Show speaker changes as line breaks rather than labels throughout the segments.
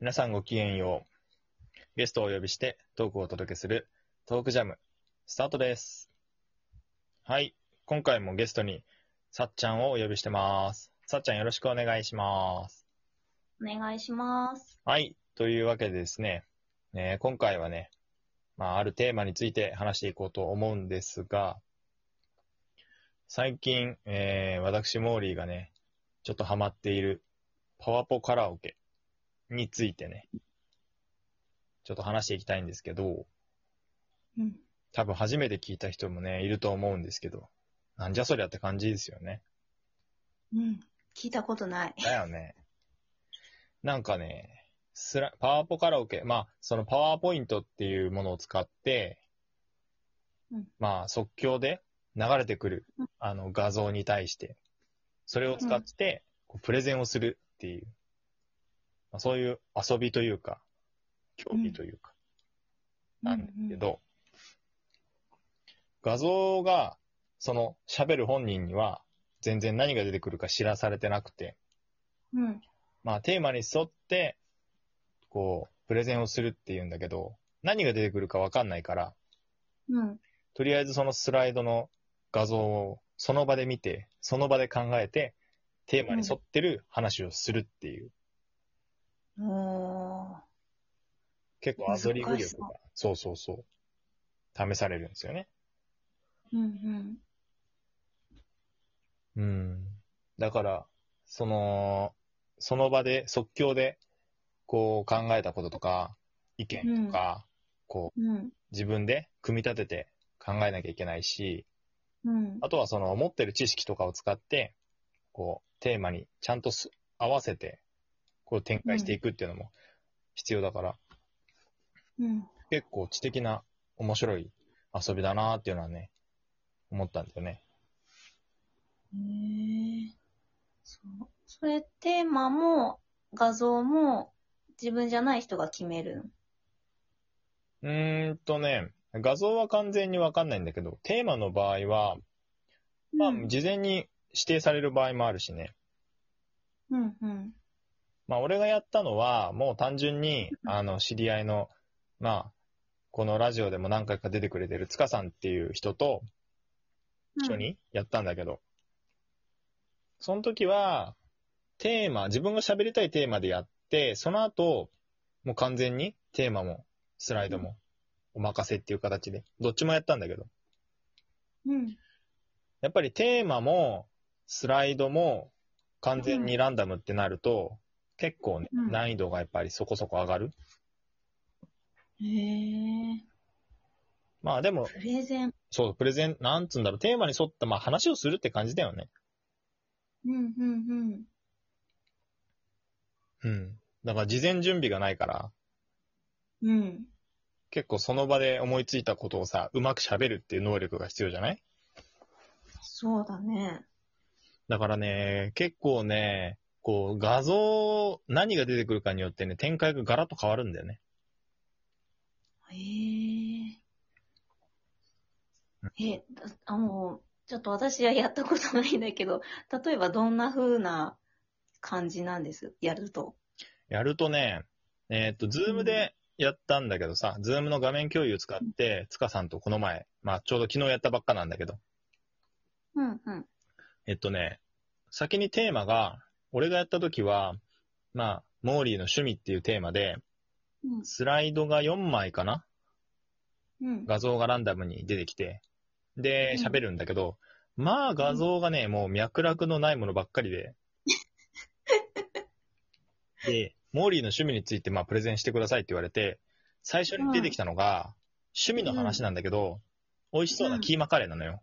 皆さんごきげんよう。ゲストをお呼びしてトークをお届けするトークジャム、スタートです。はい。今回もゲストに、さっちゃんをお呼びしてます。さっちゃんよろしくお願いします。
お願いします。
はい。というわけでですね、えー今回はね、まあ、あるテーマについて話していこうと思うんですが、最近、えー私、モーリーがね、ちょっとハマっているパワポカラオケについてね、ちょっと話していきたいんですけど、
うん。
多分初めて聞いた人もね、いると思うんですけど、なんじゃそりゃって感じですよね。
うん。聞いたことない。
だよね。なんかね、スラパワポカラオケ、まあ、そのパワーポイントっていうものを使って、
うん
まあ、即興で流れてくる
うん、
あの、画像に対して、それを使って、こうプレゼンをするっていう、まあ、そういう遊びというか、競技というか、なんですけど、画像が、その、喋る本人には、全然何が出てくるか知らされてなくて、
うん。うん。
まあ、テーマに沿って、こう、プレゼンをするっていうんだけど、何が出てくるかわかんないから、
うん。
とりあえずそのスライドの画像をその場で見て、その場で考えて、テーマに沿ってる話をするっていう、
うん、おー。
結構アドリブ
難し
力
そ
が、そうそうそう、試されるんですよね。
うんうん。
うん。だから、その、その場で即興で、こう考えたこととか、意見とか、こう、
うん。
自分で組み立てて考えなきゃいけないし、
うん。
あとはその持ってる知識とかを使って、こう、テーマにちゃんとす合わせて、こう展開していくっていうのも必要だから、
うん。
結構知的な面白い遊びだなーっていうのはね、思ったんだよね。
へえ。そう。それ、テーマも、画像も、自分じゃない人が決めるの。
うーんとね、画像は完全にわかんないんだけど、テーマの場合は、まあ、
うん。
事前に指定される場合もあるしね。
うん。うん。
まあ、俺がやったのは、もう単純に、
うん
あの、知り合いの、まあ、このラジオでも何回か出てくれてる塚さんっていう人と一緒にやったんだけど、その時は、テーマ、自分が喋りたいテーマでやって、その後、もう完全にテーマもスライドもお任せっていう形で、どっちもやったんだけど、
うん。
やっぱりテーマもスライドも完全にランダムってなると、結構ね、
うん
難易度がやっぱりそこそこ上がる。
うん。へえ。
まあでも、
プレゼン。
そう、プレゼン、なんつうんだろう、テーマに沿った、まあ話をするって感じだよね。
うん。うん。
うん。だから事前準備がないから、
うん。うん。
結構その場で思いついたことをさ、うまく喋るっていう能力が必要じゃない
そうだね。
だからね、結構ね、こう画像、何が出てくるかによってね、展開がガラッと変わるんだよね。
へえ。え、だあの、ちょっと私はやったことないんだけど、例えばどんな風な感じなんですやると。
やるとね、えーっと、ズームでやったんだけどさ、ズームの画面共有使って、塚さんとこの前、まあちょうど昨日やったばっかなんだけど、
うんうん。
えっとね、先にテーマが、俺がやった時は、まあ、モーリーの趣味っていうテーマで、
うん
スライドが4枚かな
うん。
画像がランダムに出てきて、で、
うん
喋るんだけど、まあ画像がね、もう脈絡のないものばっかり で。で、モーリーの趣味について、まあプレゼンしてくださいって言われて、最初に出てきたのが、趣味の話なんだけど、美味しそうなキーマカレーなのよ。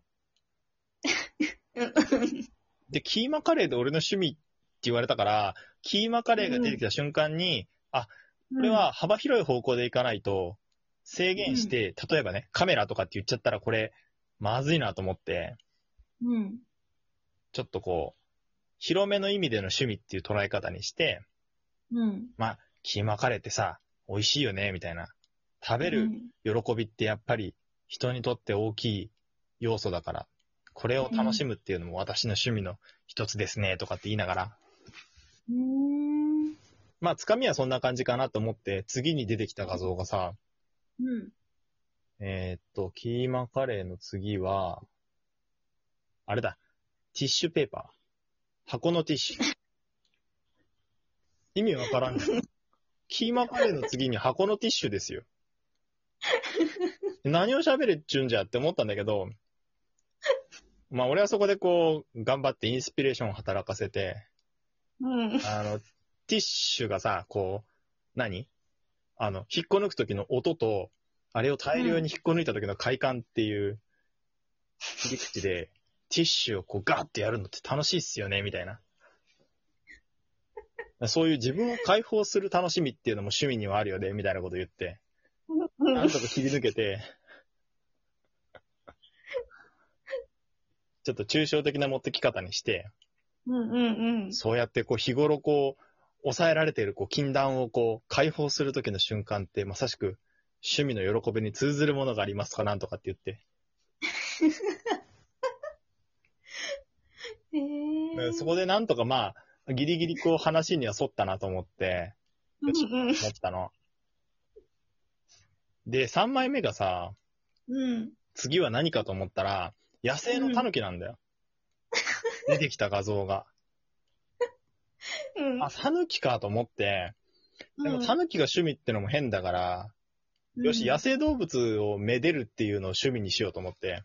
うん
で、キーマカレーで俺の趣味って言われたから、キーマカレーが出てきた瞬間に、これ、は幅広い方向でいかないと、制限して、例えばね、カメラとかって言っちゃったらこれ、まずいなと思って、
うん。
ちょっとこう、広めの意味での趣味っていう捉え方にして、
うん。
キーマカレーってさ、美味しいよね、みたいな。食べ
う
る
ん。
喜びってやっぱり人にとって大きい要素だから、これを楽しむっていうのも私の趣味の一つですね、とかって言いながら、
うーん
まあ、つかみはそんな感じかなと思って、次に出てきた画像がさ、
うん。
えーっと、キーマカレーの次は、あれだ、ティッシュペーパー。箱のティッシュ。意味わからんね。キーマカレーの次に箱のティッシュですよ。何を喋れっちゅうんじゃって思ったんだけど、まあ俺はそこでこう、頑張ってインスピレーションを働かせて、
うん。
あの、ティッシュがさ、こう、何あの、引っこ抜く時の音と、あれを大量に引っこ抜いた時の快感っていう切り口で、ティッシュをこうガーってやるのって楽しいっすよね、みたいな。そういう自分を解放する楽しみっていうのも趣味にはあるよね、みたいなこと言って、なんとか切り抜けて、ちょっと抽象的な持ってき方にして、
うんうんうん。
そうやってこう日頃こう、抑えられているこう禁断をこう解放する時の瞬間ってまさしく趣味の喜びに通ずるものがありますかなんとかって言って、
へえ。
そこでなんとかまあ、ギリギリこう話には沿ったなと思って、
うんうん
思ったの。で、3枚目がさ、
うん。
次は何かと思ったら、野生のタヌキなんだよ。出てきた画像が。
うん。
あ、タヌキかと思って、でも
うん
タヌキが趣味ってのも変だから、よし、野生動物をめでるっていうのを趣味にしようと思って、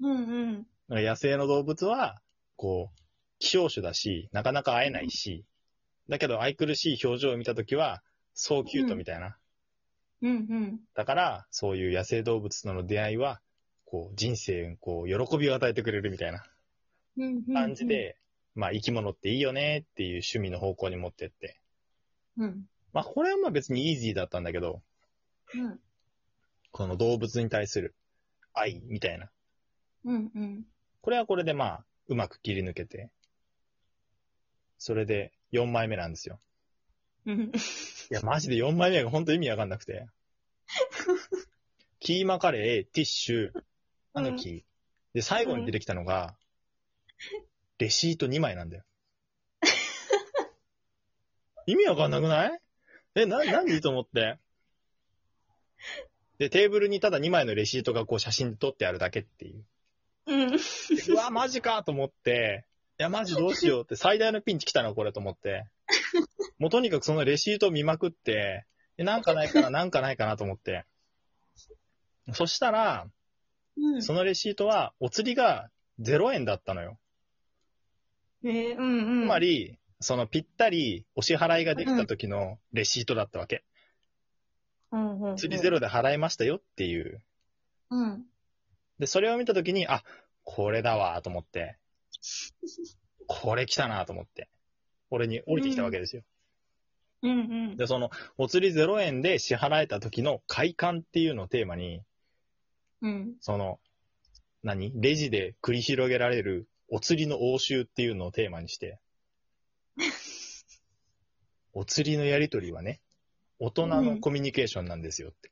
うんうん。
なんか野生の動物は、こう、希少種だし、なかなか会えないし、だけど愛くるしい表情を見たときは、そうキュートみたいな。
うんうん。
だから、そういう野生動物との出会いは、こう、人生にこう、喜びを与えてくれるみたいな
うんうん。
感じ。で、まあ、生き物っていいよねっていう趣味の方向に持ってって。
うん。
まあ、これはまあ別にイージーだったんだけど、
うん。
この動物に対する愛みたいな。
うんうん。
これはこれでまあ、うまく切り抜けて、それで4枚目なんですよ。
うん。
いや、マジで4枚目が本当意味わかんなくて。キーマカレー、ティッシュ、タヌキ。で、最後に出てきたのが、レシート2枚なんだよ。意味わかんなくないえ、な、なんでと思って。で、テーブルにただ2枚のレシートがこう写真撮ってあるだけっていう。
うん。
でうわ、マジかと思って、いや、マジどうしようって、最大のピンチ来たな、これと思って。もうとにかくそのレシートを見まくって、えなんかないかな、なんかないかなと思って。そしたら、
うん。
そのレシートは、お釣りが0円だったのよ。
えー、うんうん。
つまり、そのぴったりお支払いができた時のレシートだったわけ。
うんうんうん、
釣りゼロで払いましたよっていう。
うん。
で、それを見た時に、あ、これだわ、と思って。これ来たな、と思って。俺に降りてきたわけですよ。
うんうん。
で、その、お釣り0円で支払えた時の快感っていうのをテーマに、
うん。
その、何レジで繰り広げられるお釣りの応酬っていうのをテーマにして、お釣りのやりとりはね、大人のコミュニケーションなんですよって。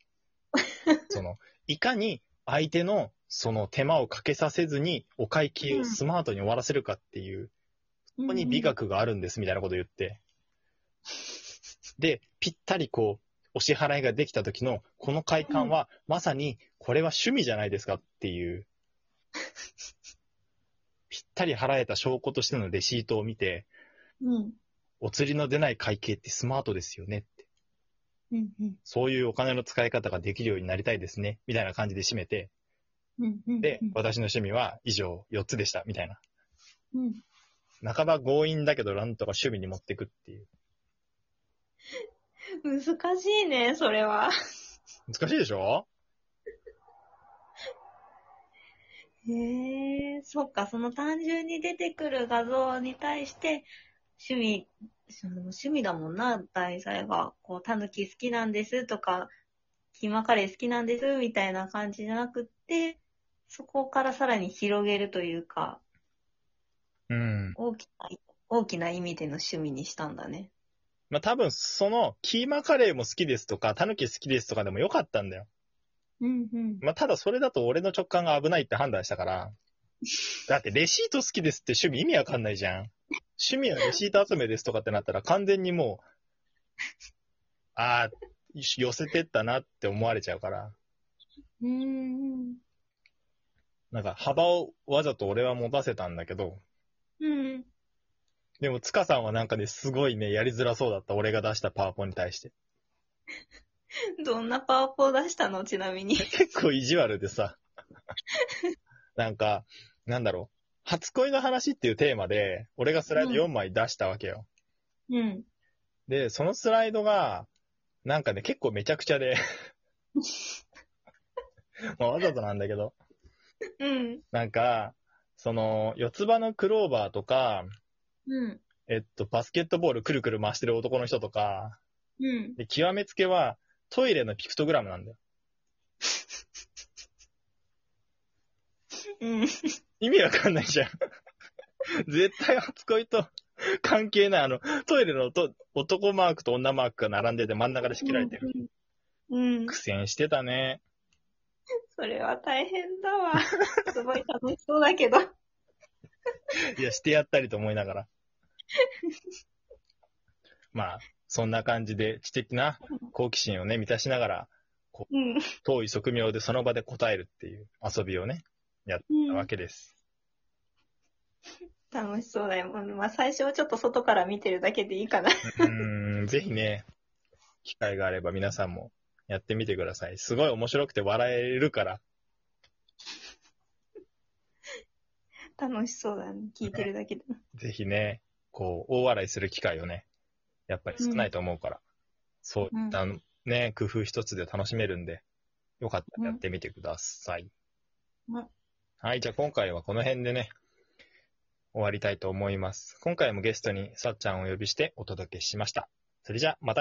その、いかに相手のその手間をかけさせずにお会計をスマートに終わらせるかっていう、
こ
ここに美。学があるんですみたいなこと言って。で、ぴったりこう、お支払いができた時の、この快感は、まさに、これは趣味じゃないですかっていう。ぴったり払えた証拠としてのレシートを見て、
うん。
お釣りの出ない会計ってスマートですよねって。
うんうん。
そういうお金の使い方ができるようになりたいですね。みたいな感じで締めて、
うんうん。
で、私の趣味は以上4つでした。みたいな。
うん。
半ば強引だけど、なんとか趣味に持っていくっていう。
難しいね、それは。
難しいでしょ
へえー、そっか、その単純に出てくる画像に対して、趣味、その趣味だもんな、題材が。こう、タヌキ好きなんですとか、キーマカレー好きなんですみたいな感じじゃなくって、そこからさらに広げるというか、
うん。
大きな、大きな意味での趣味にしたんだね。
まあ、多分、その、キーマカレーも好きですとか、タヌキ好きですとかでもよかったんだよ。
うんうん。
まあ、ただそれだと俺の直感が危ないって判断したから。だって、レシート好きですって趣味意味わかんないじゃん。趣味はレシート集めですとかってなったら完全にもああ、寄せてったなって思われちゃうから、
うんうん。
なんか幅をわざと俺は持たせたんだけど、
うん。
でも、つかさんはなんかね、すごいね、やりづらそうだった。俺が出したパワポに対して。
どんなパワポを出したのちなみに。
結構意地悪でさ。 なんか、なんだろう。初恋の話っていうテーマで、俺がスライド4枚出したわけよ。
うん。
で、そのスライドが、なんかね、結構めちゃくちゃで。 まあわざとなんだけど。
うん。
なんか、その、四つ葉のクローバーとか、
うん。
えっと、バスケットボールくるくる回してる男の人とか、
うん。
で、極めつけは、トイレのピクトグラムなんだよ。
うん。
意味わかんないじゃん。 絶対初恋と関係ない。あの、トイレのと男マークと女マークが並んでて真ん中で仕切られてる。
うん。うん
苦。戦してたね。
それは大変だわ。すごい楽しそうだけど。
いや、してやったりと思いながら。 まあ、そんな感じで知的な好奇心をね、満たしながら、
うん。
遠い側面でその場で答えるっていう遊びをね、
う
わ
ん、
けです。
楽しそうだよ。まあ、最初はちょっと外から見てるだけでいいかな。
うーん、ぜひね、機会があれば皆さんもやってみてください。すごい面白くて笑えるから、
楽しそうだね。聞いてるだけで。
ぜひね、こう、大笑いする機会をね、やっぱり少ないと思うから、そういったのね、工夫一つで楽しめるんで、よかったらやってみてください。
うん
はい、じゃあ今回はこの辺でね、終わりたいと思います。今回もゲストにさっちゃんをお呼びしてお届けしました。それじゃあ、またね